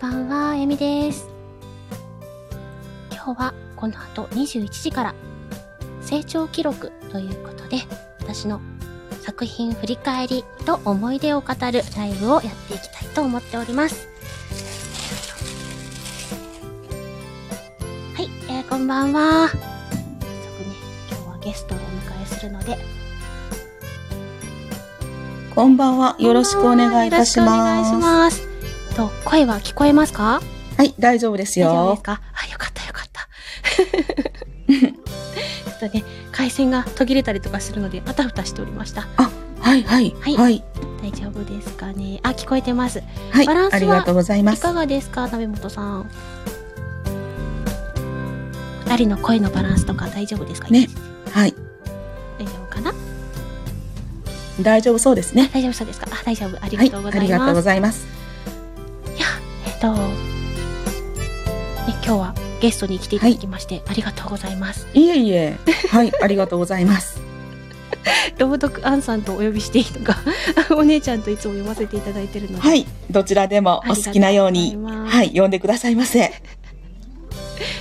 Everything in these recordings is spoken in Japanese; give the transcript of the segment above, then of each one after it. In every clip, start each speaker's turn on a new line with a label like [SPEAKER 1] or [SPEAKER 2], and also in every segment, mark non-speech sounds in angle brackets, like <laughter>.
[SPEAKER 1] ばんは、えみです。今日はこの後21時から、成長記録ということで、私の作品振り返りと思い出を語るライブをやっていきたいと思っております。はい、えー、こんばんは。早速ね、今日はゲストをお迎えするので、
[SPEAKER 2] こんばんは。よろしくお願いいたし
[SPEAKER 1] よ
[SPEAKER 2] ます。
[SPEAKER 1] ろしくお願いします。と、声は聞こえますか
[SPEAKER 2] はい、大丈夫です
[SPEAKER 1] 大丈夫で
[SPEAKER 2] よ
[SPEAKER 1] す。かあ、よかったよかった。 <laughs> ちょっとね、回線が途切れたりとかするので、あたふたしておりました。
[SPEAKER 2] はい、はい、
[SPEAKER 1] はい
[SPEAKER 2] はい、
[SPEAKER 1] 大丈夫ですかね。あ、聞こえてます。い
[SPEAKER 2] はい
[SPEAKER 1] バランスは
[SPEAKER 2] ありがとうございます。
[SPEAKER 1] かがですか、鍋本さん。二人の声のバランスとか大丈夫ですか
[SPEAKER 2] ね。はい、
[SPEAKER 1] 大丈夫かな
[SPEAKER 2] 大丈夫そうですね。
[SPEAKER 1] 大丈夫そうですかあ、大丈夫。あり
[SPEAKER 2] は
[SPEAKER 1] が
[SPEAKER 2] い、
[SPEAKER 1] とうご
[SPEAKER 2] あ
[SPEAKER 1] ざい
[SPEAKER 2] りがとう
[SPEAKER 1] ま
[SPEAKER 2] ご
[SPEAKER 1] す。
[SPEAKER 2] ざいます。
[SPEAKER 1] いや、えっと、ね、今日はゲストに来ていただきまして、ありがとうござい <laughs> ます。
[SPEAKER 2] いえいえ、はい、ありがとうございます。
[SPEAKER 1] <laughs> 朗読アンさんとお呼びしていいのか <laughs> お姉ちゃんといつも読ませていただいてるので、
[SPEAKER 2] はい、どちらでもお好きなように、
[SPEAKER 1] は、
[SPEAKER 2] はいい、呼んでくださいませ。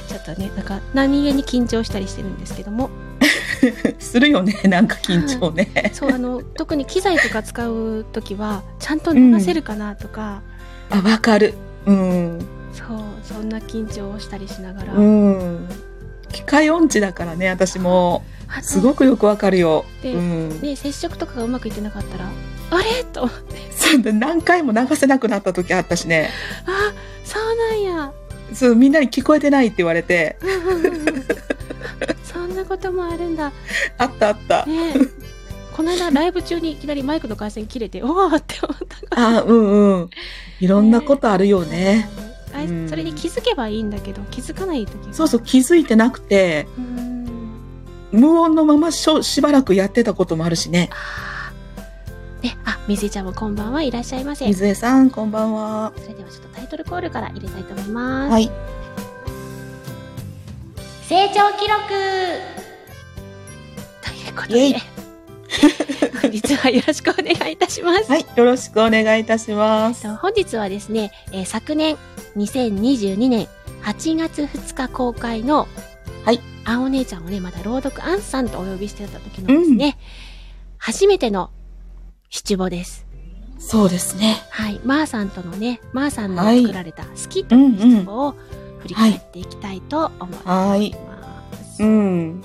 [SPEAKER 1] ちょっとねなんか何気に緊張したりしてるんですけども
[SPEAKER 2] するよね、 <laughs> なんか緊張
[SPEAKER 1] <laughs>
[SPEAKER 2] ね。
[SPEAKER 1] そうあの特に機材とか使う時はちゃんと流せるかなとか、
[SPEAKER 2] あ、わかる。うん、
[SPEAKER 1] そうそんな緊張をしたりしながら、
[SPEAKER 2] うん。機械音痴だからね、私も。
[SPEAKER 1] あと
[SPEAKER 2] すごくよくわかるよ。う
[SPEAKER 1] で
[SPEAKER 2] ん。
[SPEAKER 1] ね接触とかがうまくいってなかったらあれと思って
[SPEAKER 2] そう何回も流せなくなった時あったしね。
[SPEAKER 1] あそうなんや <laughs>
[SPEAKER 2] そう、みんなに聞こえてないって言われて、
[SPEAKER 1] うんうんうんうんそんなこともあるんだ
[SPEAKER 2] あったあった。
[SPEAKER 1] ねえこの間ライブ中にいきなりマイクの回線切れておおって思った
[SPEAKER 2] あ、うんうん。いろんなことあるよね。
[SPEAKER 1] あい
[SPEAKER 2] うん
[SPEAKER 1] それに気づけばいいんだけど気づかない時が
[SPEAKER 2] そうそう、気づいてなくて、
[SPEAKER 1] うーん
[SPEAKER 2] 無音のまましょしばらくやってたこともあるしね。
[SPEAKER 1] あーねあ水井ちゃんもこんばんはいらっしゃいませそ
[SPEAKER 2] 水江さん、こんばんは。
[SPEAKER 1] れではちょっとタイトルコールから入れたいと思います、
[SPEAKER 2] はい。
[SPEAKER 1] 成長記録ということ
[SPEAKER 2] イエイ
[SPEAKER 1] で <laughs> 本日はよろしくお願いいたします
[SPEAKER 2] はい、よろしくお願いいたします。
[SPEAKER 1] と本日はですね、えー昨年2022年8月2日公開の、
[SPEAKER 2] はい。
[SPEAKER 1] あお姉ちゃんをね、まだ朗読アンさんとお呼びしてた時のですね、初めての七五です。
[SPEAKER 2] そうですね。
[SPEAKER 1] はい。まーさんとのね、まーさんの
[SPEAKER 2] はい
[SPEAKER 1] 作られた好き
[SPEAKER 2] う
[SPEAKER 1] というん
[SPEAKER 2] う
[SPEAKER 1] 七
[SPEAKER 2] ん。
[SPEAKER 1] 五を振り返っていきたいと思います。
[SPEAKER 2] はいうん。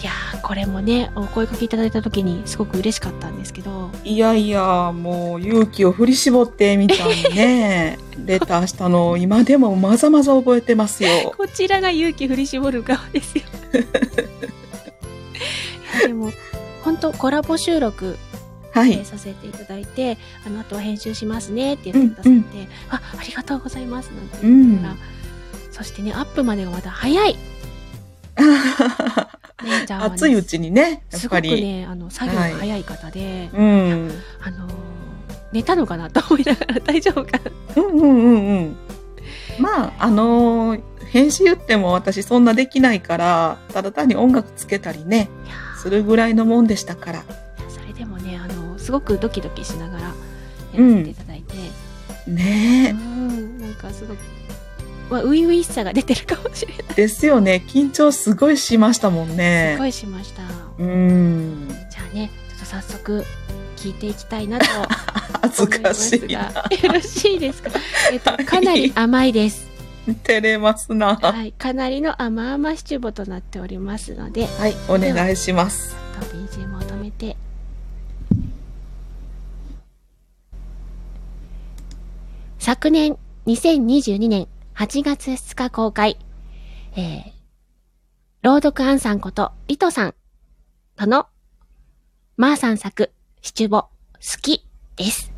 [SPEAKER 1] いやー、これもね、お声かけいただいた時にすごく嬉しかったんですけど、
[SPEAKER 2] いやいや、もう勇気を振り絞ってみたんで <laughs> ね。レターしたのを今でもまざまざ覚えてますよ。
[SPEAKER 1] こちらが勇気振り絞る側です
[SPEAKER 2] <laughs>
[SPEAKER 1] よ。いやでも、本当コラボ収録、
[SPEAKER 2] は
[SPEAKER 1] えー
[SPEAKER 2] <laughs> い。
[SPEAKER 1] させていただいて、あの、あとは編集しますねって言ってくださって、
[SPEAKER 2] うんうん
[SPEAKER 1] あ、ありがとうございますなんて言ったら、
[SPEAKER 2] うん
[SPEAKER 1] そしてね、アップまでがまだ早い。姉ちゃんは、ね、
[SPEAKER 2] 熱いうちにね、や
[SPEAKER 1] す
[SPEAKER 2] っ
[SPEAKER 1] ご
[SPEAKER 2] ぱ
[SPEAKER 1] く
[SPEAKER 2] り。
[SPEAKER 1] ね、あの、作業が早い方で、
[SPEAKER 2] うん。
[SPEAKER 1] あのー、寝たのかなと思いながら <laughs> 大丈夫かな
[SPEAKER 2] うんうんうんうん。まあ、あのー編集言っても私そんなできないから、ただ単に音楽つけたりね、
[SPEAKER 1] いやー
[SPEAKER 2] するぐらいのもんでしたから。
[SPEAKER 1] それでもね、あの、すごくドキドキしながらや
[SPEAKER 2] うん
[SPEAKER 1] らせていただいて、
[SPEAKER 2] ね
[SPEAKER 1] うん、なんかすごく、まあ、初々しさが出てるかもしれない。
[SPEAKER 2] え。ですよね。緊張すごいしましたもんね
[SPEAKER 1] すご。いしました。
[SPEAKER 2] うん。
[SPEAKER 1] じゃあね、ちょっと早速聞いていきたいなと
[SPEAKER 2] 恥
[SPEAKER 1] 思
[SPEAKER 2] ず
[SPEAKER 1] いま
[SPEAKER 2] か
[SPEAKER 1] す
[SPEAKER 2] し
[SPEAKER 1] が、
[SPEAKER 2] いな。
[SPEAKER 1] よろしいですか。えっと、
[SPEAKER 2] はい
[SPEAKER 1] かなり甘いです。
[SPEAKER 2] 照れますな。は
[SPEAKER 1] はい、かなりの甘々シチューボとなっておりますので、
[SPEAKER 2] い、お願いします。
[SPEAKER 1] ちょっと BGM を止めて。昨年2022年8月2日公開、えー、朗読アンさんことリトさんとの、マーさん作、シチュボ、好きです。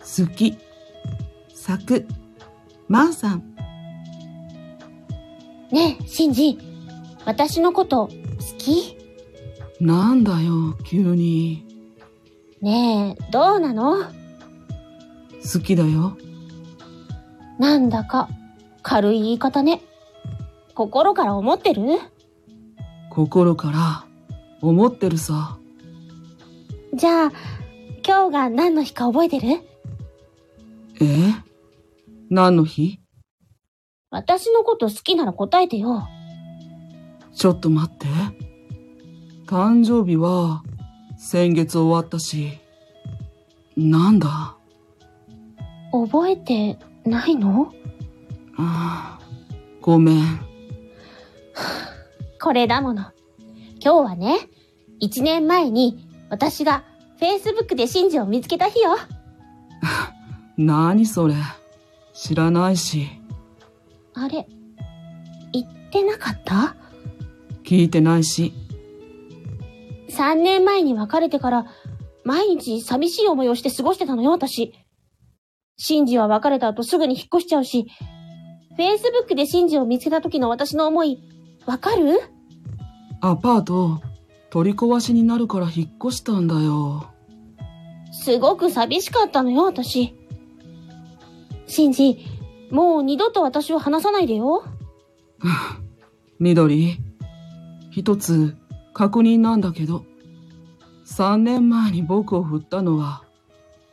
[SPEAKER 2] 好き、作、まんさん。
[SPEAKER 1] ねえ、シンジ、私のこと、好き
[SPEAKER 2] なんだよ、急に。
[SPEAKER 1] ねえ、どうなの
[SPEAKER 2] 好きだよ。
[SPEAKER 1] なんだか、軽い言い方ね。心から思ってる
[SPEAKER 3] 心から思ってるさ。
[SPEAKER 1] じゃあ、今日が何の日か覚えてる
[SPEAKER 3] え何の日
[SPEAKER 1] 私のこと好きなら答えてよ。
[SPEAKER 3] ちょっと待って。誕生日は先月終わったし。なんだ
[SPEAKER 1] 覚えてないの
[SPEAKER 3] ああごめん。
[SPEAKER 1] これだもの。今日はね、1年前に私が Facebook で真珠を見つけた日よ。
[SPEAKER 3] 何それ。知らないし、
[SPEAKER 1] あれ、言ってなかった
[SPEAKER 3] 聞いてないし。
[SPEAKER 1] ?3 年前に別れてから、毎日寂しい思いをして過ごしてたのよ、私。シンジは別れた後すぐに引っ越しちゃうし、Facebook でシンジを見つけた時の私の思い、わかる
[SPEAKER 3] アパート取り壊しになるから引っ越したんだよ。
[SPEAKER 1] すごく寂しかったのよ、私。シンジ、もう二度と私を離さないでよ。
[SPEAKER 3] <sighs> 緑、一つ確認なんだけど、3年前に僕を振ったのは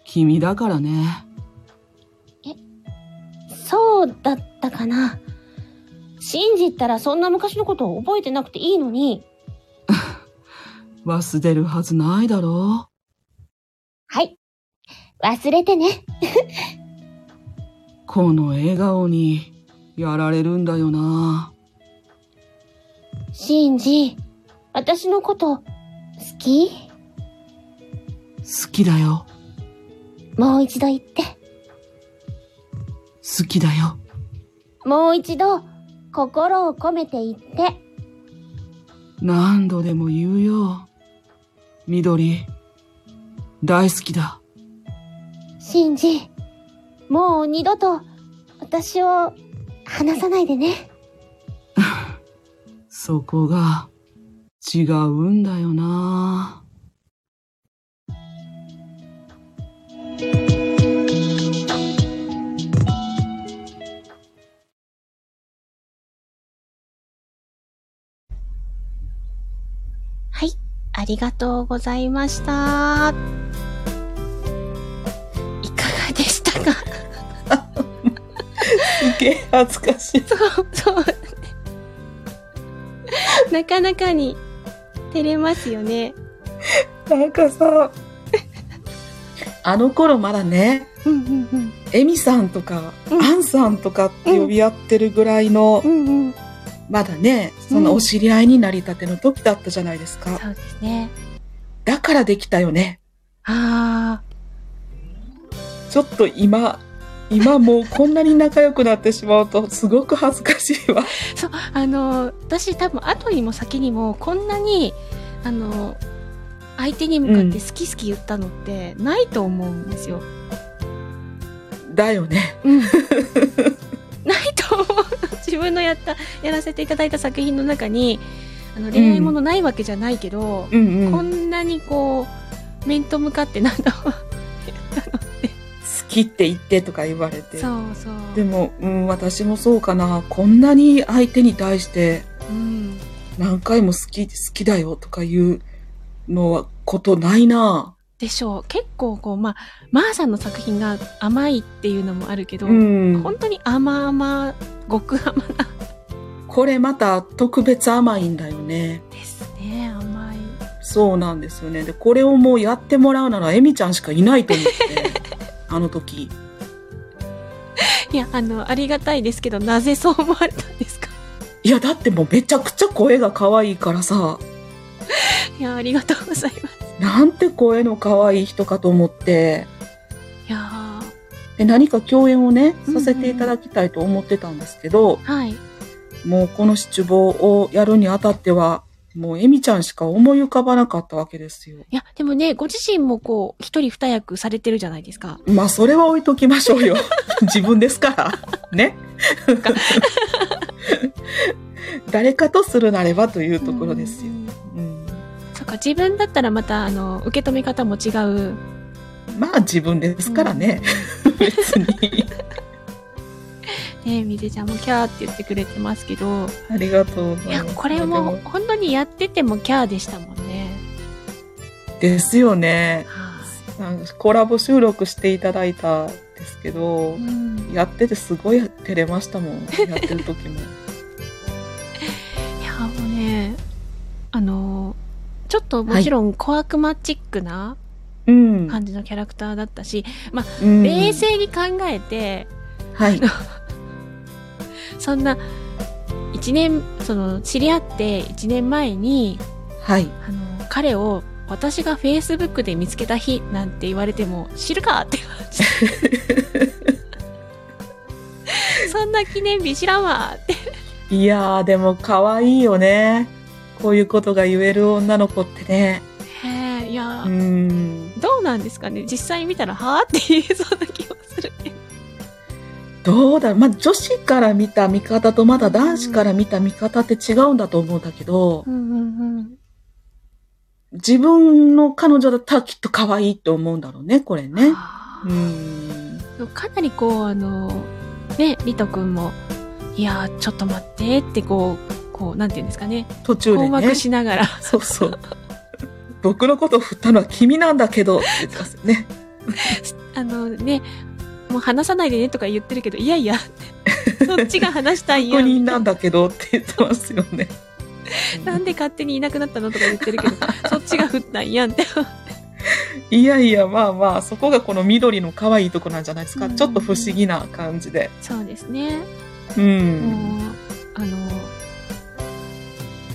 [SPEAKER 3] 君だからね。
[SPEAKER 1] そうだったかな。信じたらそんな昔のことを覚えてなくていいのに。
[SPEAKER 3] 忘れるはずないだろ
[SPEAKER 1] はい。忘れてね。
[SPEAKER 3] う。この笑顔にやられるんだよな。
[SPEAKER 1] シンジ、私のこと、好き
[SPEAKER 3] 好きだよ。
[SPEAKER 1] もう一度言って。
[SPEAKER 3] 好きだよ。
[SPEAKER 1] もう一度、心を込めて言って。
[SPEAKER 3] 何度でも言うよ。緑、大好きだ。
[SPEAKER 1] シンジ、もう二度と、私を、離さないでね。
[SPEAKER 3] そこが違うんだよな。
[SPEAKER 1] はい。ありがとうございました。いかがでしたか
[SPEAKER 2] すげえ恥ずかしい。
[SPEAKER 1] そう、そう。 <laughs> なかなかに、照れますよね。
[SPEAKER 2] なんかさ、あの頃まだね、
[SPEAKER 1] うんうんうん。
[SPEAKER 2] エミさんとか、
[SPEAKER 1] うん
[SPEAKER 2] アンさんとかって呼び合ってるぐらいの、
[SPEAKER 1] うんうん。
[SPEAKER 2] まだね、そのお知り合いになりたての時だったじゃないですか。
[SPEAKER 1] そうですね。
[SPEAKER 2] だからできたよね。
[SPEAKER 1] あ
[SPEAKER 2] ちょっと今、今もうこんなに仲良くなってしまうと、すごく恥ずかしいわ。
[SPEAKER 1] あ、そう、あの、私多分後にも先にもこんなに、あの、相手に向かって好き好き言ったのってないと思うんですよ。
[SPEAKER 2] だよね。
[SPEAKER 1] <laughs> うん。ないと思う。自分のやった、やらせていただいた作品の中に、あの、恋愛ものないわけじゃないけど、
[SPEAKER 2] うん
[SPEAKER 1] こ
[SPEAKER 2] 好
[SPEAKER 1] んなにこう、面と向かってなんだろう。
[SPEAKER 2] きって言ってとか言われて。
[SPEAKER 1] そうそう。
[SPEAKER 2] でも、うん、私もそうかな。こんなに相手に対して
[SPEAKER 1] うん。
[SPEAKER 2] 何回も好き、好きだよとか言うのはことないな。
[SPEAKER 1] でしょう。結構こう、まあ、マーさんの作品が甘いっていうのもあるけど、
[SPEAKER 2] うん。
[SPEAKER 1] 本当に甘々極甘
[SPEAKER 2] これまた特別甘いんだよね。
[SPEAKER 1] ですね甘い
[SPEAKER 2] そうなんですよね。で、これをもうやってもらうならエミちゃんしかいないと思って、
[SPEAKER 1] <laughs>
[SPEAKER 2] あの時。
[SPEAKER 1] いやあのありがたいですけどなぜそう思われたん <laughs> ですか
[SPEAKER 2] いや、だってもうめちゃくちゃ声が可愛いからさ、
[SPEAKER 1] いやありがとうございます
[SPEAKER 2] なんて声の可愛い人かと思って、
[SPEAKER 1] いやー
[SPEAKER 2] で何か共演をね、
[SPEAKER 1] うんう
[SPEAKER 2] さ
[SPEAKER 1] ん
[SPEAKER 2] せていただきたいと思ってたんですけど、
[SPEAKER 1] はい
[SPEAKER 2] もうこの七望をやるにあたっては、もうエミちゃんしか思い浮かばなかったわけですよ。
[SPEAKER 1] いやでもねご自身もこう一人二役されてるじゃないですか
[SPEAKER 2] まあ、それは置いときましょう <laughs> よ。自分ですから。ね。誰かとするなればというところですよ。
[SPEAKER 1] うん
[SPEAKER 2] うん
[SPEAKER 1] そっか自分だったらまたあの受け止め方も違う
[SPEAKER 2] まあ、自分ですからね。別に。
[SPEAKER 1] ね水ちゃんもキャーって言ってくれてますけど、
[SPEAKER 2] <laughs> ありがとうご
[SPEAKER 1] い
[SPEAKER 2] ざい
[SPEAKER 1] や、
[SPEAKER 2] ます。
[SPEAKER 1] これも本当にやっててもキャーでしたもんね。
[SPEAKER 2] でも。ですよね。
[SPEAKER 1] はい
[SPEAKER 2] なんかコラボ収録していただいたんですけど
[SPEAKER 1] う、ん
[SPEAKER 2] やっててすごい照れましたもん。やってる時 <laughs> も。
[SPEAKER 1] いやもうねあのちょっともちろん小悪魔チックな
[SPEAKER 2] うん。
[SPEAKER 1] 感じのキャラクターだったし、
[SPEAKER 2] うん
[SPEAKER 1] 冷。静に考えて
[SPEAKER 2] はい。
[SPEAKER 1] そんな1年その知り合って1年前に
[SPEAKER 2] はい。
[SPEAKER 1] あの彼を私がフェイスブックで見つけた日なんて言われても知るかって感じそんな記念日知らんわって
[SPEAKER 2] いやー、でも可愛いよね。こういうことが言える女の子ってね。
[SPEAKER 1] ねえいや、
[SPEAKER 2] うん。
[SPEAKER 1] どうなんですかね実際見たらはあって言えそうな気もするけど
[SPEAKER 2] どうだろう。まあ、女子から見た見方とまだ男子から見た見方って違うんだと思うんだけど
[SPEAKER 1] う、んうんうん
[SPEAKER 2] 自分の彼女だったらきっと可愛いと思うんだろうね、これね。
[SPEAKER 1] あ
[SPEAKER 2] う
[SPEAKER 1] ー
[SPEAKER 2] ん。
[SPEAKER 1] かなりこうあのねりとくんも「いやーちょっと待って」ってこうこうなんていうんですかね
[SPEAKER 2] 途中
[SPEAKER 1] 困
[SPEAKER 2] でね
[SPEAKER 1] 惑。しながら <laughs>
[SPEAKER 2] そうそう。僕のことを振ったのは君なんだけどって言ってますよ
[SPEAKER 1] <laughs>
[SPEAKER 2] ね。
[SPEAKER 1] あのねもう話さないでねとか言ってるけどいやいやそっちが話したいよ
[SPEAKER 2] 確認
[SPEAKER 1] な
[SPEAKER 2] なんだけどって言ってますよ
[SPEAKER 1] <laughs>
[SPEAKER 2] ね。
[SPEAKER 1] んで勝手にいなくなったのとか言ってるけどそっちが振ったんやんって
[SPEAKER 2] いやいや、まあまあ、そこがこの緑の可愛いとこなんじゃないですか。
[SPEAKER 1] うん
[SPEAKER 2] ちょっと不思議な感じで。
[SPEAKER 1] そうですね
[SPEAKER 2] う
[SPEAKER 1] も
[SPEAKER 2] ん。
[SPEAKER 1] うあの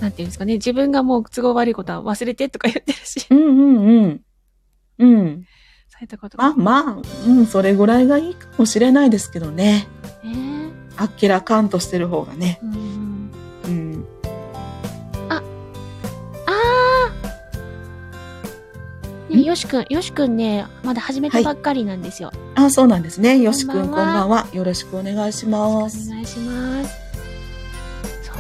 [SPEAKER 1] なんていうんですかね自分がもう都合悪いことは忘れてとか言ってるし
[SPEAKER 2] うんうんうん。うん。
[SPEAKER 1] そういったこと
[SPEAKER 2] まあ
[SPEAKER 1] が
[SPEAKER 2] まあ、うん、それぐらいがいいかもしれないですけどね。
[SPEAKER 1] ね、
[SPEAKER 2] あっけらかんとしてる方がね。
[SPEAKER 1] うん
[SPEAKER 2] うん。
[SPEAKER 1] ああ、ね、
[SPEAKER 2] ん
[SPEAKER 1] よしくん、よしくんね、まだ始めたばっかりなんですよ。
[SPEAKER 2] あ、そうなんですね。よしくん、こ
[SPEAKER 1] こん
[SPEAKER 2] ん
[SPEAKER 1] ばんは
[SPEAKER 2] ばんは。よろしくお願いし
[SPEAKER 1] よろしくお
[SPEAKER 2] ます。
[SPEAKER 1] 願いします。そう、あ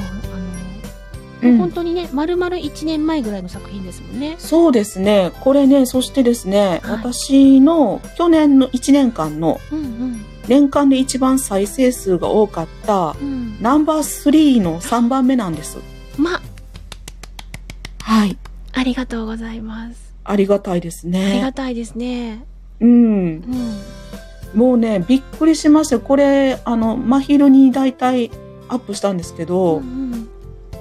[SPEAKER 1] の、
[SPEAKER 2] う
[SPEAKER 1] 本
[SPEAKER 2] ん。
[SPEAKER 1] 当にね、まるまる1年前ぐらいの作品ですもんね。
[SPEAKER 2] そうですね。これね、そしてですね、
[SPEAKER 1] はい
[SPEAKER 2] 私の去年の1年間の
[SPEAKER 1] うんうん。
[SPEAKER 2] 年間で一番再生数が多かった
[SPEAKER 1] うん。
[SPEAKER 2] ナンバー3の3番目なんです。
[SPEAKER 1] ま、
[SPEAKER 2] はい。
[SPEAKER 1] ありがとうございます。
[SPEAKER 2] ありがたいです
[SPEAKER 1] ありが
[SPEAKER 2] ね。
[SPEAKER 1] たいですね。
[SPEAKER 2] うん。
[SPEAKER 1] うん。
[SPEAKER 2] もうね、びっくりしました。これ、あの、真昼に大体アップしたんですけど、
[SPEAKER 1] うんうん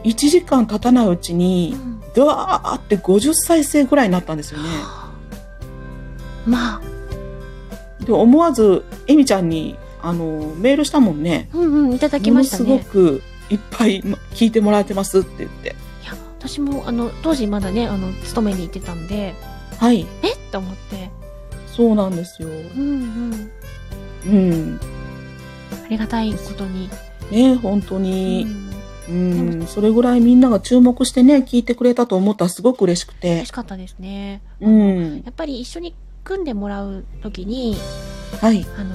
[SPEAKER 2] 1時間経たないうち
[SPEAKER 1] う
[SPEAKER 2] に、
[SPEAKER 1] ん
[SPEAKER 2] ドワーって50再生ぐらいになったんですよね。
[SPEAKER 1] まあ、
[SPEAKER 2] で、思わず、エミちゃんに、あの、メールしたもんね。
[SPEAKER 1] うんうん、いただきました
[SPEAKER 2] もの
[SPEAKER 1] ね
[SPEAKER 2] す。ごくいっぱいま聞いてもらえてますって言っ
[SPEAKER 1] い
[SPEAKER 2] て。
[SPEAKER 1] や、私も、あの、当時まだね、あの、勤めに行ってたんで、
[SPEAKER 2] はい。
[SPEAKER 1] えっと思って。
[SPEAKER 2] そうなんですよ。
[SPEAKER 1] うんうん。
[SPEAKER 2] うん。
[SPEAKER 1] ありがたいことに。
[SPEAKER 2] ね本当に。
[SPEAKER 1] うん
[SPEAKER 2] うん、それぐらいみんなが注目してね、聞いてくれたと思ったらすごく嬉しくて
[SPEAKER 1] 嬉し。かったですね。
[SPEAKER 2] うん。
[SPEAKER 1] やっぱり一緒に組んでもらうときに、
[SPEAKER 2] はい。
[SPEAKER 1] あの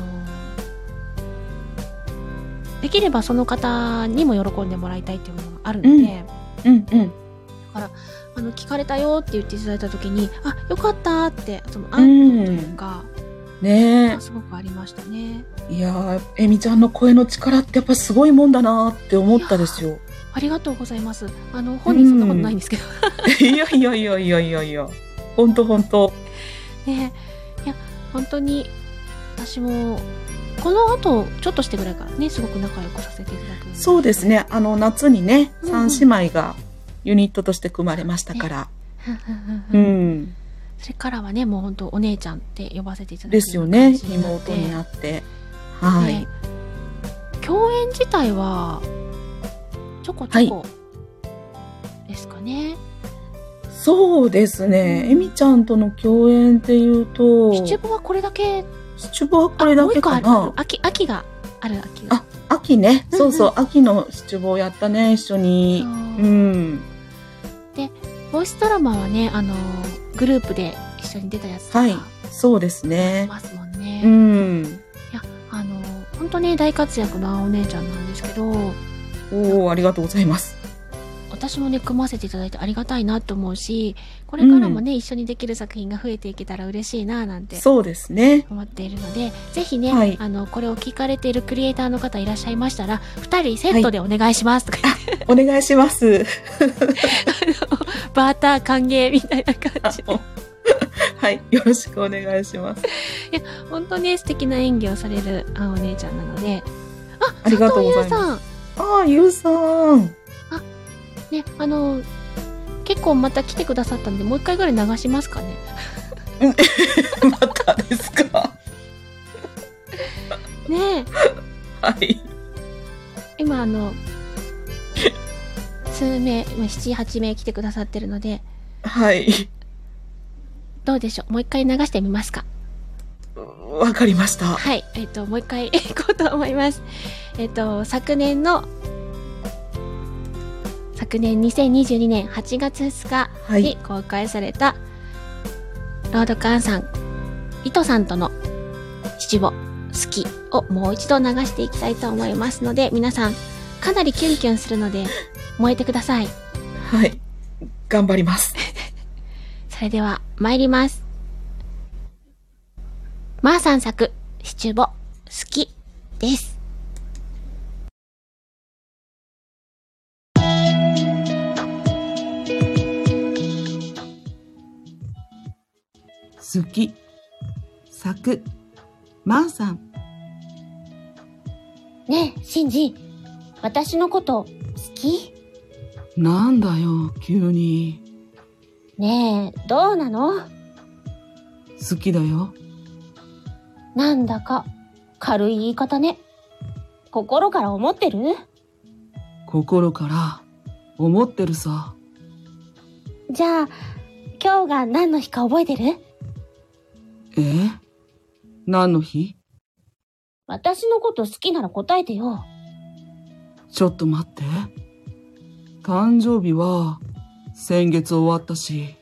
[SPEAKER 1] できればその方にも喜んでもらいたいっていうのがあるので、
[SPEAKER 2] うん
[SPEAKER 1] だ
[SPEAKER 2] うんうん。
[SPEAKER 1] からあの聞かれたよって言っていただいたときに、あよかったってその
[SPEAKER 2] う
[SPEAKER 1] 安
[SPEAKER 2] ん
[SPEAKER 1] 堵というか、
[SPEAKER 2] ね
[SPEAKER 1] すごくありましたね。
[SPEAKER 2] え。いやー、えみちゃんの声の力ってやっぱすごいもんだなーって思ったですよ。
[SPEAKER 1] ありがとうございます。あの本人そんなことないんですけど、 <laughs>
[SPEAKER 2] いやいやいやいやいやいや。ほんとほんと。
[SPEAKER 1] ねいや本当に私もこの後ちょっとしてぐらいからねすごく仲良くさせていただく
[SPEAKER 2] そうで
[SPEAKER 1] <laughs>
[SPEAKER 2] すね。あの、夏にね、
[SPEAKER 1] うん
[SPEAKER 2] 三姉妹がユニットとして組まれましたから。う
[SPEAKER 1] うん
[SPEAKER 2] ん。
[SPEAKER 1] それからはねもう本当お姉ちゃんって呼ばせていただく
[SPEAKER 2] ですよね。
[SPEAKER 1] 感じになって
[SPEAKER 2] 妹になって。はい
[SPEAKER 1] ね。共演自体はちょこちょこですかね、
[SPEAKER 2] そうですね。えみちゃんとの共演っていうと、
[SPEAKER 1] 七五はこれだけ
[SPEAKER 2] シチュボはこれだけか
[SPEAKER 1] あもう一個ある
[SPEAKER 2] な
[SPEAKER 1] 秋秋がある秋が
[SPEAKER 2] あ秋ね。
[SPEAKER 1] うん
[SPEAKER 2] そうそう、秋のシチュボをやったね、一緒に
[SPEAKER 1] そ。
[SPEAKER 2] う。
[SPEAKER 1] うんボイスドラマはねあのグループで一緒に出たやつとか
[SPEAKER 2] はい
[SPEAKER 1] い。
[SPEAKER 2] そうですね。
[SPEAKER 1] ますもんね、
[SPEAKER 2] うん。
[SPEAKER 1] いや、あの、本当に大活躍なお姉ちゃんなんですけど、
[SPEAKER 2] おお、ありがとうございます。
[SPEAKER 1] お私もね、組ませていただいてありがたいなと思うし、これからもね、一緒にできる作品が増えていけたら嬉しいな、なんて
[SPEAKER 2] そうですね。
[SPEAKER 1] 思っているので、ぜひね、
[SPEAKER 2] はい
[SPEAKER 1] あの、これを聞かれているクリエイターの方いらっしゃいましたら、二人セットでお願いしますとか言って、
[SPEAKER 2] お願いします。 <laughs>
[SPEAKER 1] バーター歓迎みたいな感じで。
[SPEAKER 2] はい。よろしくお願いします。
[SPEAKER 1] 本当ね、素敵な演技をされるあお姉ちゃんなので。あ、
[SPEAKER 2] ありがとうございます
[SPEAKER 1] 佐藤優さん。
[SPEAKER 2] ああ、ゆうさん。
[SPEAKER 1] ね、あの、結構また来てくださったんで、もう一回ぐらい流しますかね。
[SPEAKER 2] またですか。
[SPEAKER 1] ね
[SPEAKER 2] はい。
[SPEAKER 1] え、今あの、 <laughs> 数名、まあ7、8名来てくださってるので、
[SPEAKER 2] はい。
[SPEAKER 1] どうでしょうもう一回流してみますか
[SPEAKER 2] わかりました。
[SPEAKER 1] はい、えっ、と、もう一回 <laughs> 行こうと思います。えっ、と、昨年の、昨年2022年8月2日、
[SPEAKER 2] は
[SPEAKER 1] に
[SPEAKER 2] い。
[SPEAKER 1] 公開された、ロードカンさん、糸さんとの七五、好きをもう一度流していきたいと思いますので、皆さん、かなりキュンキュンするので、燃えてください。
[SPEAKER 2] はい。頑張ります。
[SPEAKER 1] それでは、参ります。まーさん作、七五、好きです。
[SPEAKER 3] 好き作まーさん
[SPEAKER 1] ねえ、シンジ、私のこと、好き
[SPEAKER 3] なんだよ急に
[SPEAKER 1] ねえ、どうなの
[SPEAKER 3] 好きだよ
[SPEAKER 1] なんだか、軽い言い方ね。心から思ってる
[SPEAKER 3] 心から思ってるさ
[SPEAKER 1] じゃあ、今日が何の日か覚えてる
[SPEAKER 3] え何の日
[SPEAKER 1] 私のこと好きなら答えてよ。
[SPEAKER 3] ちょっと待って誕生日は先月終わったし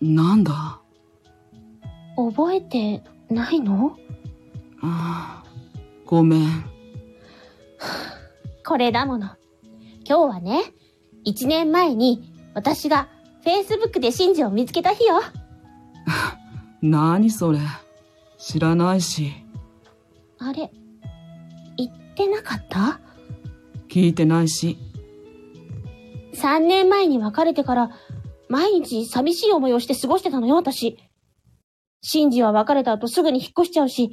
[SPEAKER 3] なんだ
[SPEAKER 1] 覚えてないの
[SPEAKER 3] あーごめん
[SPEAKER 1] これだもの。今日はね、1年前に私が Facebook で真珠を見つけた日よ。
[SPEAKER 3] 何それ知らないし
[SPEAKER 1] あれ、言ってなかった
[SPEAKER 3] 聞いてないし
[SPEAKER 1] ?3 年前に別れてから、毎日寂しい思いをして過ごしてたのよ、私。シンジは別れた後すぐに引っ越しちゃうし、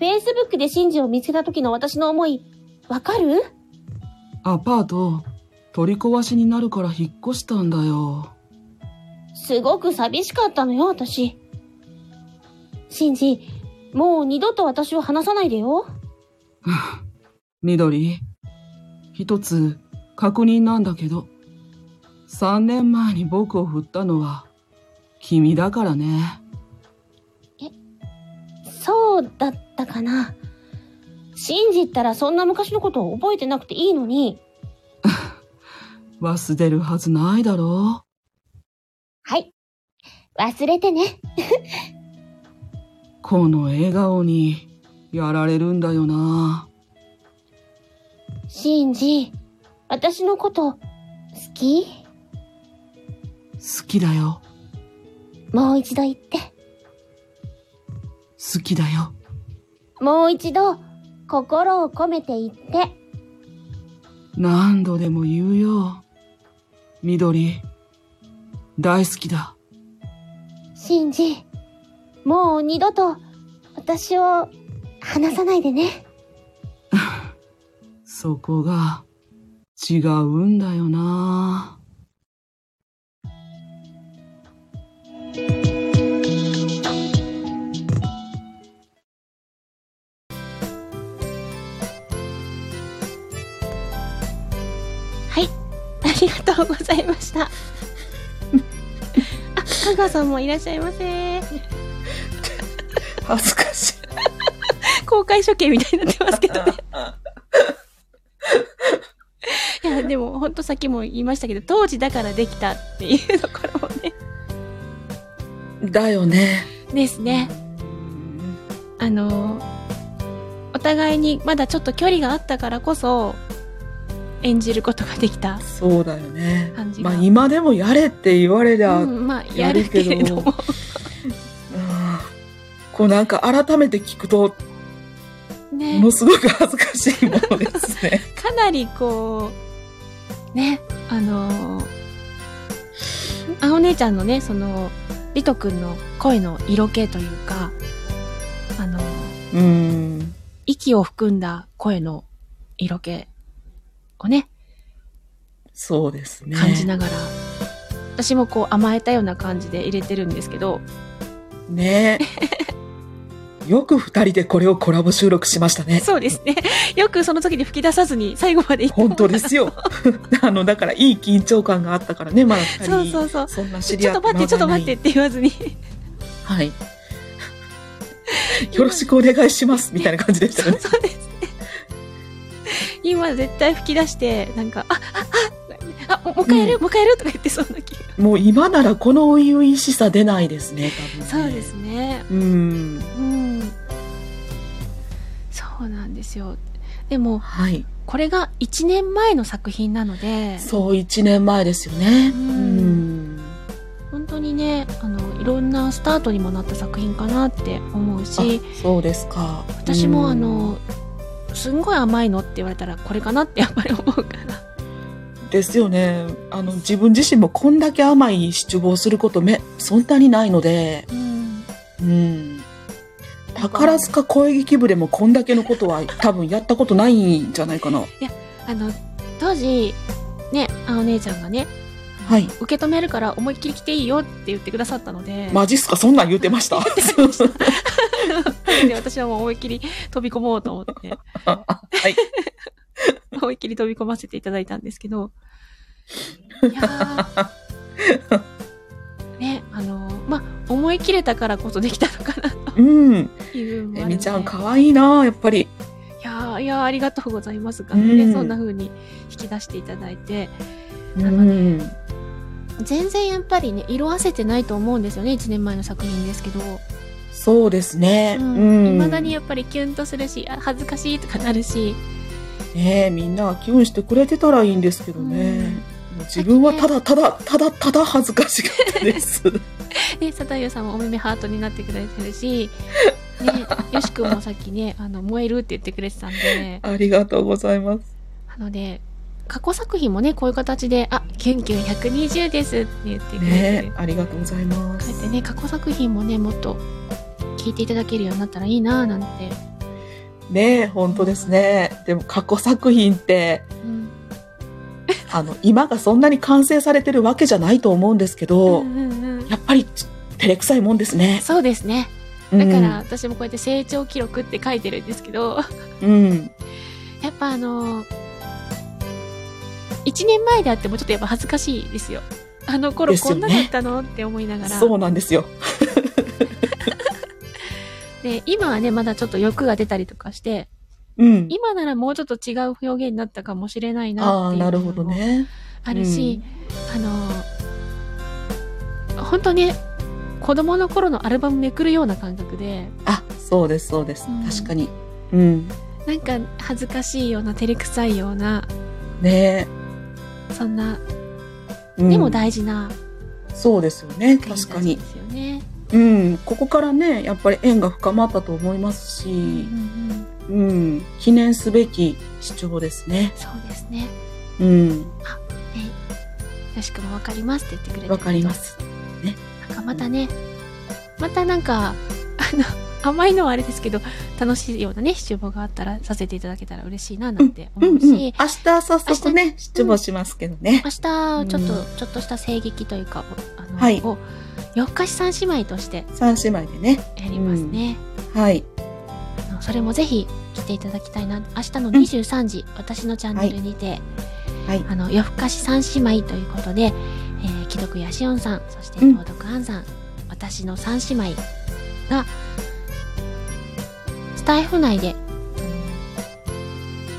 [SPEAKER 1] Facebook でシンジを見つけた時の私の思い、わかる
[SPEAKER 3] アパート取り壊しになるから引っ越したんだよ <laughs>
[SPEAKER 1] すごく寂しかったのよ、私。シンジ、もう二度と私を離さないでよ。
[SPEAKER 3] 緑一つ確認なんだけど3年前に僕を振ったのは君だからね
[SPEAKER 1] そうだったかな。シンジったらそんな昔のことを覚えてなくていいのに。
[SPEAKER 3] 忘れるはずないだろ
[SPEAKER 1] はい。忘れてね。
[SPEAKER 3] うこの笑顔にやられるんだよな
[SPEAKER 1] シンジ、私のこと、好き
[SPEAKER 3] 好きだよ
[SPEAKER 1] もう一度言って。
[SPEAKER 3] 好きだよ
[SPEAKER 1] もう一度、心を込めて言って。
[SPEAKER 3] 何度でも言うよ緑大好きだ
[SPEAKER 1] シンジ、もう二度と、私を、離さないでね。
[SPEAKER 3] そこが違うんだよな
[SPEAKER 1] はい。ありがとうございました。あ、 <laughs> 香川さんもいらっしゃいませ。
[SPEAKER 2] 恥ずかしい。
[SPEAKER 1] 公開処刑みたいになってますけどね。 <laughs> いや、でも、ほんとさっきも言いましたけど、当時だからできたっていうところもね。
[SPEAKER 2] だよね。
[SPEAKER 1] ですね。あの、お互いにまだちょっと距離があったからこそ、演じることができた。
[SPEAKER 2] そうだよね
[SPEAKER 1] 感。じが
[SPEAKER 2] まあ今でもやれって言われりゃ、
[SPEAKER 1] う
[SPEAKER 2] うん
[SPEAKER 1] ん、まあ、やるけれども。
[SPEAKER 2] こうなんか改めて聞くと、
[SPEAKER 1] ね
[SPEAKER 2] もの、すごく恥ずかしいもので
[SPEAKER 1] <laughs>
[SPEAKER 2] すね。
[SPEAKER 1] かなりこう、ね、あのー、あお姉ちゃんのね、その、りとくんの声の色気というか、あのー、
[SPEAKER 2] うん。
[SPEAKER 1] 息を含んだ声の色気をね、
[SPEAKER 2] そうですね。
[SPEAKER 1] 感じながら、私もこう甘えたような感じで入れてるんですけど、
[SPEAKER 2] ね <laughs> よく二人でこれをコラボ収録しましたね。
[SPEAKER 1] そうですね。よくその時に吹き出さずに最後まで行ったもん
[SPEAKER 2] 本当ですよ。 <laughs> あの、だからいい緊張感があったからね、まだ二人。
[SPEAKER 1] そうそうそう。
[SPEAKER 2] そんな知
[SPEAKER 1] ち
[SPEAKER 2] り
[SPEAKER 1] ょっ
[SPEAKER 2] 合
[SPEAKER 1] と待って、ちょっと待ってっ。て言わずに。
[SPEAKER 2] まだないはい。よろしくお願いします、みたいな感じでした
[SPEAKER 1] そ
[SPEAKER 2] よ
[SPEAKER 1] う
[SPEAKER 2] ね。
[SPEAKER 1] そうですね。今絶対吹き出して、なんか、あ、あ、あ、あ、もうもう一回やる、もう一回やるとか言ってそうな気が。
[SPEAKER 2] もう今ならこの初々しさ出ないですね、多分、
[SPEAKER 1] そうで。すね。
[SPEAKER 2] うん。
[SPEAKER 1] うん。そうなんですよ。でも、
[SPEAKER 2] はい。
[SPEAKER 1] これが1年前の作品なので、
[SPEAKER 2] そう、一年前ですよね。
[SPEAKER 1] うん
[SPEAKER 2] うん
[SPEAKER 1] 本当にね、あの、いろんなスタートにもなった作品かなって思う
[SPEAKER 2] あ
[SPEAKER 1] し、
[SPEAKER 2] そうですか。
[SPEAKER 1] 私
[SPEAKER 2] う
[SPEAKER 1] も
[SPEAKER 2] ん
[SPEAKER 1] あの、すんごい甘いのって言われたらこれかなってやっぱり思うから。
[SPEAKER 2] ですよね。あの、自分自身もこんだけ甘い失望することめ、そんなにないので、
[SPEAKER 1] うん。
[SPEAKER 2] うん。宝塚声劇部でもこんだけのことは多分やったことないんじゃないかな。
[SPEAKER 1] あの、当時、ね、あお姉ちゃんがね、
[SPEAKER 2] はい。
[SPEAKER 1] 受け止めるから思いっきり来ていいよって言ってくださったので、
[SPEAKER 2] マジっすかそんなん言ってましたは
[SPEAKER 1] <laughs> で私はもう思いっきり飛び込もうと思
[SPEAKER 2] <laughs>
[SPEAKER 1] って、
[SPEAKER 2] い。
[SPEAKER 1] 思いっきり飛び込ませていただいたんですけど、いやーね、あのーまあ、思い切れたからこそできたのかな
[SPEAKER 2] <laughs> うん。
[SPEAKER 1] っていうのもある
[SPEAKER 2] え
[SPEAKER 1] ので
[SPEAKER 2] みちゃん可愛いなやっぱり。
[SPEAKER 1] いやーいやーありがとうございますがね、
[SPEAKER 2] うん
[SPEAKER 1] そんな風に引き出していただいて、
[SPEAKER 2] うん。
[SPEAKER 1] 全然やっぱりね、色あせてないと思うんですよね、1年前の作品ですけど。
[SPEAKER 2] そうですね。
[SPEAKER 1] う
[SPEAKER 2] うんん。
[SPEAKER 1] 未だにやっぱりキュンとするし、あ恥ずかしいとかなるし、
[SPEAKER 2] ねえみんながキュンしてくれてたらいいんですけどね。もう自分はただただ、ただただ恥ずかしかったです。
[SPEAKER 1] ね、サタユさんもお目目ハートになってくれてるし、 <laughs> ね、よしくんもさっきね、あの、燃えるって言ってくれてたんで、
[SPEAKER 2] ありがとうございます。
[SPEAKER 1] なので、過去作品もね、こういう形で、あ、キュンキュン120ですって言ってくれてる
[SPEAKER 2] ねえ、ありがとうございま
[SPEAKER 1] こうやって
[SPEAKER 2] す。
[SPEAKER 1] ね過去作品もねもっと聞いていただけるようになったらいいなぁなんて、
[SPEAKER 2] ねえ、本当ですね。でも過去作品って、
[SPEAKER 1] うん
[SPEAKER 2] あの、今がそんなに完成されてるわけじゃないと思うんですけど、
[SPEAKER 1] うんうんうん
[SPEAKER 2] やっぱり照れくさいもんですね。
[SPEAKER 1] そうですねだから
[SPEAKER 2] ら、
[SPEAKER 1] 私もこうやって成長記録って書いてるんですけど
[SPEAKER 2] うん。
[SPEAKER 1] やっぱあの1年前であってもちょっとやっぱ恥ずかしいですよあの頃
[SPEAKER 2] です
[SPEAKER 1] こ
[SPEAKER 2] よ
[SPEAKER 1] ん
[SPEAKER 2] ね
[SPEAKER 1] なだったの、って思いながら
[SPEAKER 2] そうなんですよ。
[SPEAKER 1] で今はねまだちょっと欲が出たりとかして
[SPEAKER 2] うん。
[SPEAKER 1] 今ならもうちょっと違う表現になったかもしれない
[SPEAKER 2] あ
[SPEAKER 1] なっ
[SPEAKER 2] あ、
[SPEAKER 1] ていう
[SPEAKER 2] なる
[SPEAKER 1] の
[SPEAKER 2] ほど
[SPEAKER 1] も
[SPEAKER 2] ね。
[SPEAKER 1] あるし、あの、本当に子供の頃のアルバムめくるような感覚で、
[SPEAKER 2] あ、そうです、そうです
[SPEAKER 1] うん。
[SPEAKER 2] 確かに。うん。
[SPEAKER 1] なんか恥ずかしいような照れくさいような、
[SPEAKER 2] ね
[SPEAKER 1] そんな、
[SPEAKER 2] え。うん
[SPEAKER 1] でも大事な
[SPEAKER 2] そうですよね、
[SPEAKER 1] 感じ
[SPEAKER 2] 確か
[SPEAKER 1] で
[SPEAKER 2] に。
[SPEAKER 1] すよね。
[SPEAKER 2] うん。ここからね、やっぱり縁が深まったと思います
[SPEAKER 1] うんうん
[SPEAKER 2] し、
[SPEAKER 1] うん
[SPEAKER 2] うん。記念すべき主張ですね。
[SPEAKER 1] そうですね。
[SPEAKER 2] うん。
[SPEAKER 1] よしくもわかりますって言ってくれてる
[SPEAKER 2] わかりま。す。
[SPEAKER 1] なんかまたね、またなんか、あの、甘いのはあれですけど、楽しいようなね、七望があったらさせていただけたら嬉しいななんて
[SPEAKER 2] うんう
[SPEAKER 1] 思
[SPEAKER 2] ん。
[SPEAKER 1] うし、
[SPEAKER 2] 明日早速ね、出馬しますけどね。
[SPEAKER 1] 明日ちょっと、
[SPEAKER 2] う
[SPEAKER 1] ちょっとした声劇というかあの、
[SPEAKER 2] はい
[SPEAKER 1] を夜更かし三姉妹として
[SPEAKER 2] 三姉妹でね。
[SPEAKER 1] やりますね、
[SPEAKER 2] はい。
[SPEAKER 1] あのそれもぜひ来ていただきたいな明日の
[SPEAKER 2] ん
[SPEAKER 1] 23時、私のチャンネルにて、
[SPEAKER 2] はい
[SPEAKER 1] あの夜更かし三姉妹ということで、えー、既読やしおんさんそして
[SPEAKER 2] うん
[SPEAKER 1] 朗読あんさん、私の三姉妹がスタイフ内で、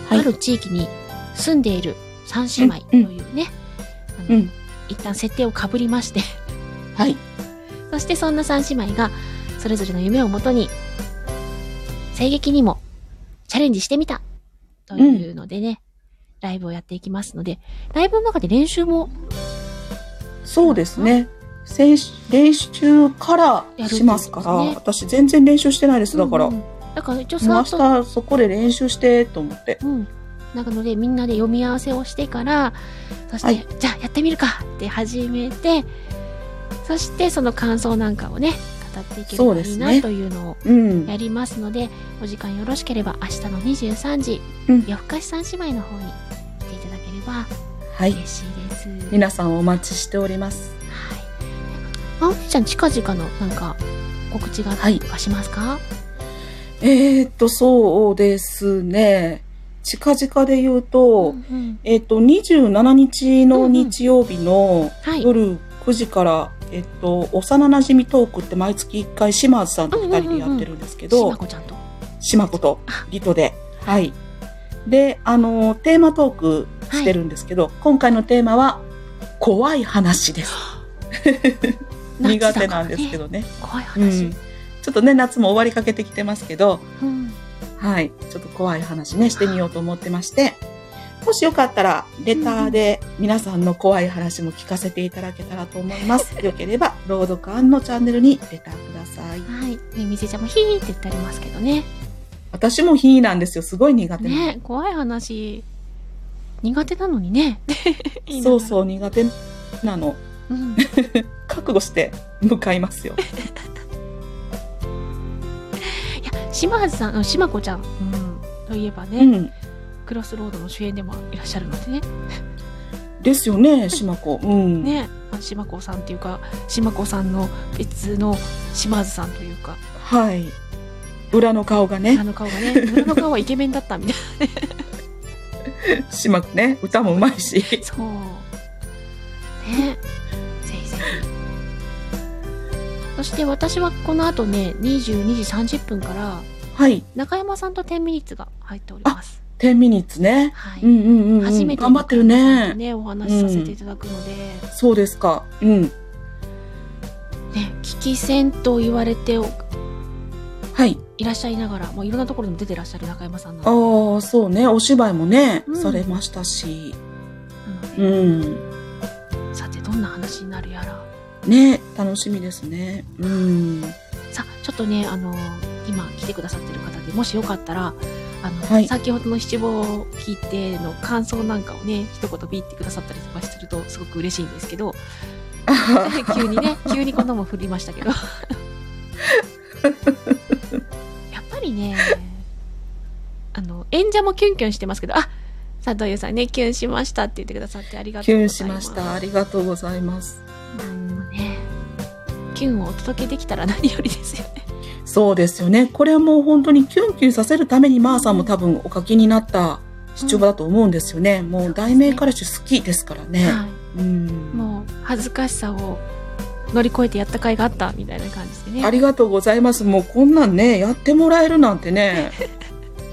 [SPEAKER 2] はい
[SPEAKER 1] ある地域に住んでいる三姉妹というね、あの
[SPEAKER 2] うん。
[SPEAKER 1] 一旦設定をかぶりまして
[SPEAKER 2] はい。
[SPEAKER 1] <laughs> そしてそんな三姉妹が、それぞれの夢をもとに、声劇にもチャレンジしてみたというのでね、ライブをやっていきますので、ライブの中で練習も、
[SPEAKER 2] そうですね。先週練習からしますから、
[SPEAKER 1] やるんですね
[SPEAKER 2] 私全然練習してないです。だから、
[SPEAKER 1] うんうんだから一応
[SPEAKER 2] も
[SPEAKER 1] さっ
[SPEAKER 2] う
[SPEAKER 1] と、
[SPEAKER 2] 明日そこで練習してと思って。
[SPEAKER 1] うん。なので、みんなで読み合わせをしてから、そして、
[SPEAKER 2] はい
[SPEAKER 1] じゃあやってみるかって始めて、そしてその感想なんかをね、語っていけれ
[SPEAKER 2] そう
[SPEAKER 1] ば
[SPEAKER 2] で
[SPEAKER 1] いい
[SPEAKER 2] す
[SPEAKER 1] な
[SPEAKER 2] ね
[SPEAKER 1] というのを
[SPEAKER 2] うん。
[SPEAKER 1] やりますので、お時間よろしければ明日の23時、
[SPEAKER 2] うん
[SPEAKER 1] 夜更かし三姉妹の方に来ていただければ
[SPEAKER 2] はい。
[SPEAKER 1] 嬉しいです。
[SPEAKER 2] 皆さんお待ちしております。
[SPEAKER 1] はい。あお姉ちゃん、近々の、なんか、告知があったりとかしますか、
[SPEAKER 2] えー、っと、そうですね。近々で言う
[SPEAKER 1] うん
[SPEAKER 2] と、
[SPEAKER 1] うん
[SPEAKER 2] えーっと、27日
[SPEAKER 1] うんう
[SPEAKER 2] の
[SPEAKER 1] ん
[SPEAKER 2] 日曜日の
[SPEAKER 1] はい。
[SPEAKER 2] 夜9時から、えっと、幼馴染みトークって毎月1回島津さんと2人でやってるんですけ
[SPEAKER 1] し
[SPEAKER 2] ど、
[SPEAKER 1] まこちゃんと。
[SPEAKER 2] 島子と
[SPEAKER 1] あ
[SPEAKER 2] リトで。はい。で、あの、テーマトークしてるんですけど、今回のテーマは、怖い話です。
[SPEAKER 1] <laughs> 夏だ
[SPEAKER 2] 苦
[SPEAKER 1] から
[SPEAKER 2] 手なんですけどね。
[SPEAKER 1] 怖いう話。
[SPEAKER 2] ん。ちょっとね、夏も終わりかけてきてますけど、
[SPEAKER 1] うん
[SPEAKER 2] はい。ちょっと怖い話ね、してみようと思ってまして、もしよかったら、レターで皆さんの怖い話も聞かせていただけたらと思います。
[SPEAKER 1] <laughs>
[SPEAKER 2] よければ、朗読案のチャンネルにレターください。
[SPEAKER 1] はい。ね、みせちゃんもヒーって言ってありますけどね。
[SPEAKER 2] 私もヒーなんですよ。すごい苦手なんです
[SPEAKER 1] ね、怖い話。苦手なのにね。。
[SPEAKER 2] そうそうう苦手なの
[SPEAKER 1] うん。
[SPEAKER 2] 覚悟して向かいますよ
[SPEAKER 1] いや、島津さん、うん島子ちゃん。うん。といえば
[SPEAKER 2] う
[SPEAKER 1] ね、
[SPEAKER 2] ん
[SPEAKER 1] クロスロードの主演でもいらっしゃるのでね。
[SPEAKER 2] ですよね島子うん、
[SPEAKER 1] ね、あ島子さんっていうか、島子さんの別の島津さんというか、
[SPEAKER 2] はい裏の顔が
[SPEAKER 1] あ
[SPEAKER 2] ね
[SPEAKER 1] の顔がね、裏の顔はイケメンだったみたい
[SPEAKER 2] 島子ね歌もうまいし
[SPEAKER 1] <laughs> な。そう。ね。ぜひぜひ。そして私はこの後ね、22時30分から、
[SPEAKER 2] はい
[SPEAKER 1] 中山さんと10ミリッツが入っております。
[SPEAKER 2] 10ミニッツね
[SPEAKER 1] は
[SPEAKER 2] う
[SPEAKER 1] い。
[SPEAKER 2] んうんうん、
[SPEAKER 1] 初めて
[SPEAKER 2] 頑張ってる
[SPEAKER 1] 中山さんと
[SPEAKER 2] ね
[SPEAKER 1] ね、お話しさせていただくので、
[SPEAKER 2] そうですかうん
[SPEAKER 1] ね、危機戦と言われてお
[SPEAKER 2] はい
[SPEAKER 1] いらっしゃいながら、もういろんなところにも出てらっしゃる中山さんなの
[SPEAKER 2] ああそうねお芝居もね、
[SPEAKER 1] うん
[SPEAKER 2] されましたし
[SPEAKER 1] で、
[SPEAKER 2] うん
[SPEAKER 1] さてどんな話になるやら。
[SPEAKER 2] ね楽しみですねうん
[SPEAKER 1] さあ、ちょっとね、あの、今来てくださってる方で、もしよかったら、あの、
[SPEAKER 2] はい
[SPEAKER 1] 先ほどの七望を聞いての感想なんかをね、一言ビーってくださったりとかすると、すごく嬉しいんですけ
[SPEAKER 2] <laughs>
[SPEAKER 1] ど、急にね、急にこんなもん振りましたけど。 <laughs> やっぱりね、あの、演者もキュンキュンしてますけど、あ佐藤優さんね、キュンしましたって言ってくださってありがと
[SPEAKER 2] キ
[SPEAKER 1] うござい
[SPEAKER 2] ュン
[SPEAKER 1] ます。
[SPEAKER 2] しましたありがとうございます
[SPEAKER 1] うんね。キュンをお届けできたら何よりですよね。
[SPEAKER 2] そうですよね。これはもう本当にキュンキュンさせるためにマーさんも多分お書きになった主張だと思うんですよね。もう題名からして好きですからね。
[SPEAKER 1] はい。
[SPEAKER 2] うん。
[SPEAKER 1] もう恥ずかしさを乗り越えてやった甲斐があったみたいな感じでね。
[SPEAKER 2] ありがとうございます。もうこんなんね、やってもらえるなんてね。 <laughs>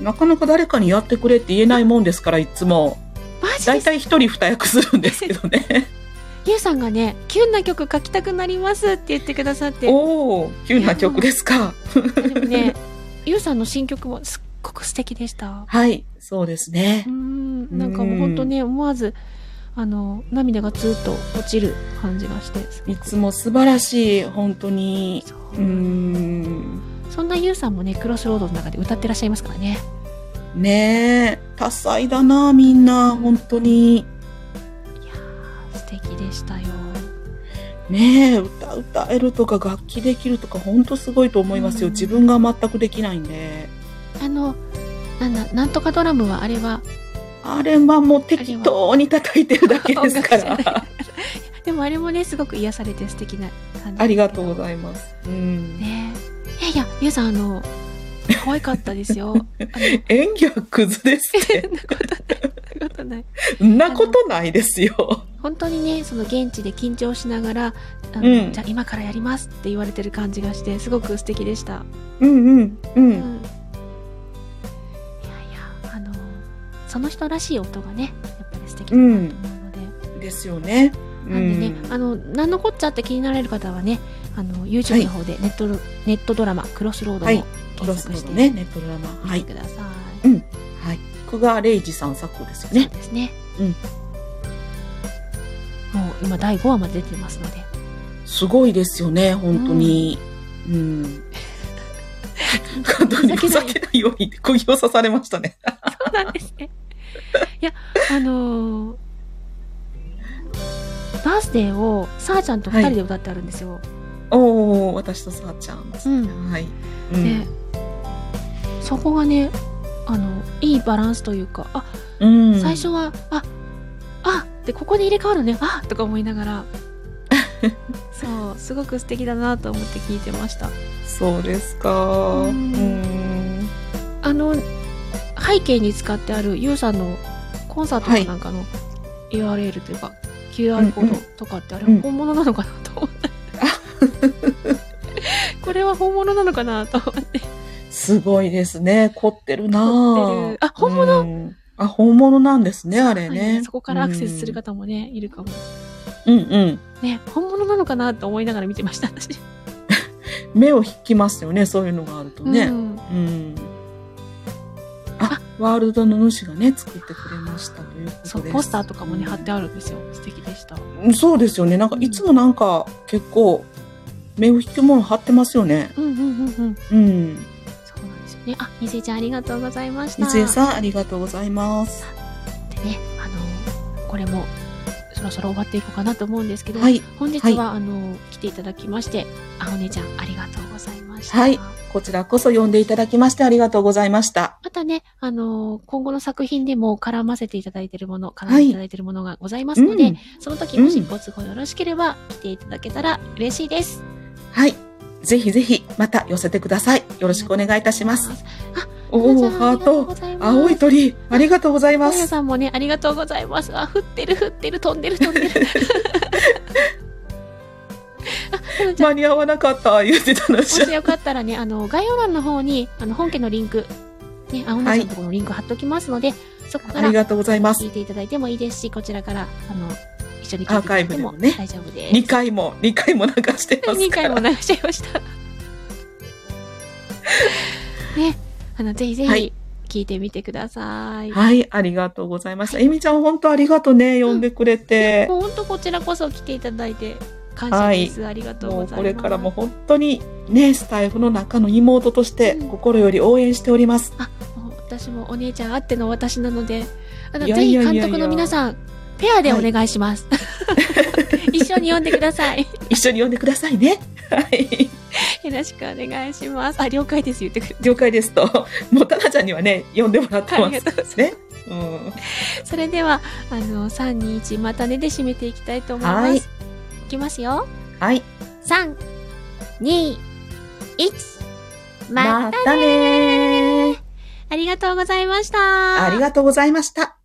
[SPEAKER 2] なかなか誰かにやってくれって言えないもんですから、いつも。
[SPEAKER 1] マジ
[SPEAKER 2] だ
[SPEAKER 1] で
[SPEAKER 2] い
[SPEAKER 1] す
[SPEAKER 2] たい一人二役するんですけどね。
[SPEAKER 1] ゆうさんがね、キュンな曲書きたくなりますって言ってくださって。
[SPEAKER 2] おお、キュンな曲ですか。
[SPEAKER 1] でもね、ゆうさんの新曲もすっごく素敵でした。
[SPEAKER 2] <laughs> はい、そうですね
[SPEAKER 1] うー。ん、なんかもう本当ね、思わず、あの、涙がツーッと落ちる感じがして。すご
[SPEAKER 2] い
[SPEAKER 1] く
[SPEAKER 2] つも素晴らしい、本当に。
[SPEAKER 1] そう
[SPEAKER 2] うーん。
[SPEAKER 1] そんなゆうさんもね、クロスロードの中で歌ってらっしゃいますからね。
[SPEAKER 2] ねえ、多彩だな、みんな、本当に。
[SPEAKER 1] 素敵でしたよ。
[SPEAKER 2] ねえ、歌歌えるとか楽器できるとか、本当すごいと思いますよ。
[SPEAKER 1] うん
[SPEAKER 2] 自分が全くできないんで。
[SPEAKER 1] あの、なんだ、なんとかドラムはあれは、
[SPEAKER 2] あれはもう適当に叩いてるだけですか
[SPEAKER 1] 音楽じゃな
[SPEAKER 2] ら。
[SPEAKER 1] でもあれもね、すごく癒されて素敵な感じ。
[SPEAKER 2] <laughs> ありがとうご
[SPEAKER 1] い
[SPEAKER 2] ざいます。うん、
[SPEAKER 1] ねえ。いやいや、ゆうさん、あの、可愛かったです
[SPEAKER 2] <laughs>
[SPEAKER 1] よ。あの、
[SPEAKER 2] 演技はクズです
[SPEAKER 1] そ
[SPEAKER 2] <laughs> って。
[SPEAKER 1] んなことない、そんなことない。
[SPEAKER 2] んなことないですよ。
[SPEAKER 1] 本当にね、その現地で緊張しながら、あの
[SPEAKER 2] うん
[SPEAKER 1] じゃあ今からやりますって言われてる感じがして、すごく素敵でした。
[SPEAKER 2] うんうんう
[SPEAKER 1] うん
[SPEAKER 2] ん。
[SPEAKER 1] いやいや、あの、その人らしい音がね、やっぱり素敵だなと思うので。
[SPEAKER 2] ですよね。う
[SPEAKER 1] なんでね、
[SPEAKER 2] ん。
[SPEAKER 1] あの、なんのこっちゃって気になられる方はね、あの、YouTube の方でネットロ、ネットドラマ、クロスロードを
[SPEAKER 2] はい
[SPEAKER 1] 検
[SPEAKER 2] クロス
[SPEAKER 1] 索
[SPEAKER 2] の
[SPEAKER 1] して、
[SPEAKER 2] ね、ネットドラマ。は
[SPEAKER 1] 見
[SPEAKER 2] い
[SPEAKER 1] て。ください。
[SPEAKER 2] うん。はい。作がレイジさん作ですよ
[SPEAKER 1] そう
[SPEAKER 2] ね。
[SPEAKER 1] ですね。
[SPEAKER 2] うん
[SPEAKER 1] もう今第5話まで出てますので。
[SPEAKER 2] すごいですよね、本当に。
[SPEAKER 1] <laughs>
[SPEAKER 2] うん。本当にふざけないようにって釘を刺されましたね。
[SPEAKER 1] そうなんですね。いや、あのーバースデーをさあちゃんと二人で歌ってあるんですよ。
[SPEAKER 2] おお、私とさあちゃんですね。
[SPEAKER 1] うん
[SPEAKER 2] はい。
[SPEAKER 1] で、そこがね、あの、いいバランスというか、あ、
[SPEAKER 2] うん、うん
[SPEAKER 1] 最初は、あ、あ、で、ここで入れ替わるね、あ、とか思いなが <laughs> ら、そう、すごく素敵だなと思って聞いてました。
[SPEAKER 2] そうですか。
[SPEAKER 1] う
[SPEAKER 2] うんん。
[SPEAKER 1] あの、背景に使ってあるゆうさんのコンサートかなんかの URL というか、QR コードとかってあれ
[SPEAKER 2] うん
[SPEAKER 1] 本物なのかなと思って。 <laughs> これは本物なのかなと思って。
[SPEAKER 2] すごいですね。凝ってるな
[SPEAKER 1] 凝ってるあ本物
[SPEAKER 2] うんあ、本物なんですね、あれね。
[SPEAKER 1] そこからアクセスする方もね、いるかも。
[SPEAKER 2] うん。うんうん。
[SPEAKER 1] ね、本物なのかなと思いながら見てました、私。
[SPEAKER 2] 目を引きますよね、そういうのがあると
[SPEAKER 1] う
[SPEAKER 2] ね。
[SPEAKER 1] ん
[SPEAKER 2] うん。あ、ワールドの主がね、作ってくれましたということです。
[SPEAKER 1] そう、ポスターとかもね、貼ってあるんですよ。素敵でした。
[SPEAKER 2] うんそうですよね。なんか、いつもなんか、結構、目を引くもの貼ってますよね。
[SPEAKER 1] うんうんうんうん。
[SPEAKER 2] うん。
[SPEAKER 1] そうなんですよね。あ、みせちゃんありがとうございました。
[SPEAKER 2] 三江さん、ありがとうございます。
[SPEAKER 1] でね、あの、これも、そろそろ終わっていこうかなと思うんですけど、
[SPEAKER 2] はい。
[SPEAKER 1] 本日は、
[SPEAKER 2] はい
[SPEAKER 1] あの、来ていただきまして、あほねちゃん、ありがとうございました。
[SPEAKER 2] はいこちらこそ呼んでいただきましてありがとうございました。
[SPEAKER 1] またね、あの、今後の作品でも絡ませていただいているもの、絡ん
[SPEAKER 2] は
[SPEAKER 1] で
[SPEAKER 2] い
[SPEAKER 1] いただいているものがございますので、
[SPEAKER 2] うん
[SPEAKER 1] その時もし
[SPEAKER 2] うん
[SPEAKER 1] ご都合よろしければ、来ていただけたら嬉しいです。
[SPEAKER 2] はい。ぜひぜひ、また寄せてください。よろしくお願いいたします。お
[SPEAKER 1] な
[SPEAKER 2] お、
[SPEAKER 1] なちゃん
[SPEAKER 2] ハ
[SPEAKER 1] あ
[SPEAKER 2] ー
[SPEAKER 1] りがとうご
[SPEAKER 2] ト。
[SPEAKER 1] ざいます。
[SPEAKER 2] 青い鳥、ありがとうございま
[SPEAKER 1] マヤ
[SPEAKER 2] す。
[SPEAKER 1] さんもね、ありがとうございます。あ、降ってる降ってる、飛んでる飛ん
[SPEAKER 2] <laughs>
[SPEAKER 1] でる。あ、なのちゃん、
[SPEAKER 2] 間に合わなかった、言ってたの
[SPEAKER 1] もしよかったらね、あの、概要欄の方に、あの、本家のリンク、ね、青菜さんのところのリンク貼っときますので、そこか
[SPEAKER 2] <laughs> あ
[SPEAKER 1] ら
[SPEAKER 2] りがとうございます
[SPEAKER 1] 聞い。ていただいてもいいですし、こちらから、あの、一緒に聞いていただいても
[SPEAKER 2] アーカイブでもね
[SPEAKER 1] 大丈夫です。
[SPEAKER 2] 2回も、2回も流してますから。
[SPEAKER 1] 2回も流しちゃいました。ね、あの、ぜひぜ
[SPEAKER 2] はい
[SPEAKER 1] ひ、聞いてみてください。
[SPEAKER 2] はい、ありがとうございました。えみちゃん、本当ありがとうね。呼んでくれて。
[SPEAKER 1] もう本当こちらこそ来ていただいて感謝です、ありがとう
[SPEAKER 2] も
[SPEAKER 1] ご
[SPEAKER 2] う
[SPEAKER 1] ざいます
[SPEAKER 2] これからも本当にね、スタイフの中の妹として
[SPEAKER 1] うん
[SPEAKER 2] 心より応援しております。
[SPEAKER 1] もう私もお姉ちゃんあっての私なのであの
[SPEAKER 2] いやいやいやいや
[SPEAKER 1] ぜひ監督の皆さんペアでお願いします、 <laughs> 一緒に読んでください
[SPEAKER 2] 一緒に呼んでくださいね。 <laughs> はい。
[SPEAKER 1] よろしくお願いしますあ了解です言ってくれて
[SPEAKER 2] 了解ですと。 <laughs> もうたなちゃんにはね、呼んでもらって
[SPEAKER 1] あ
[SPEAKER 2] ま
[SPEAKER 1] りが
[SPEAKER 2] す。
[SPEAKER 1] とうございます、
[SPEAKER 2] ね。うん。
[SPEAKER 1] それではあの321またねで締めていきたいと思います、
[SPEAKER 2] はい
[SPEAKER 1] いきますよ
[SPEAKER 2] はい。
[SPEAKER 1] 321また、
[SPEAKER 2] またねー。
[SPEAKER 1] ありがとうございました
[SPEAKER 2] ありがとうございました。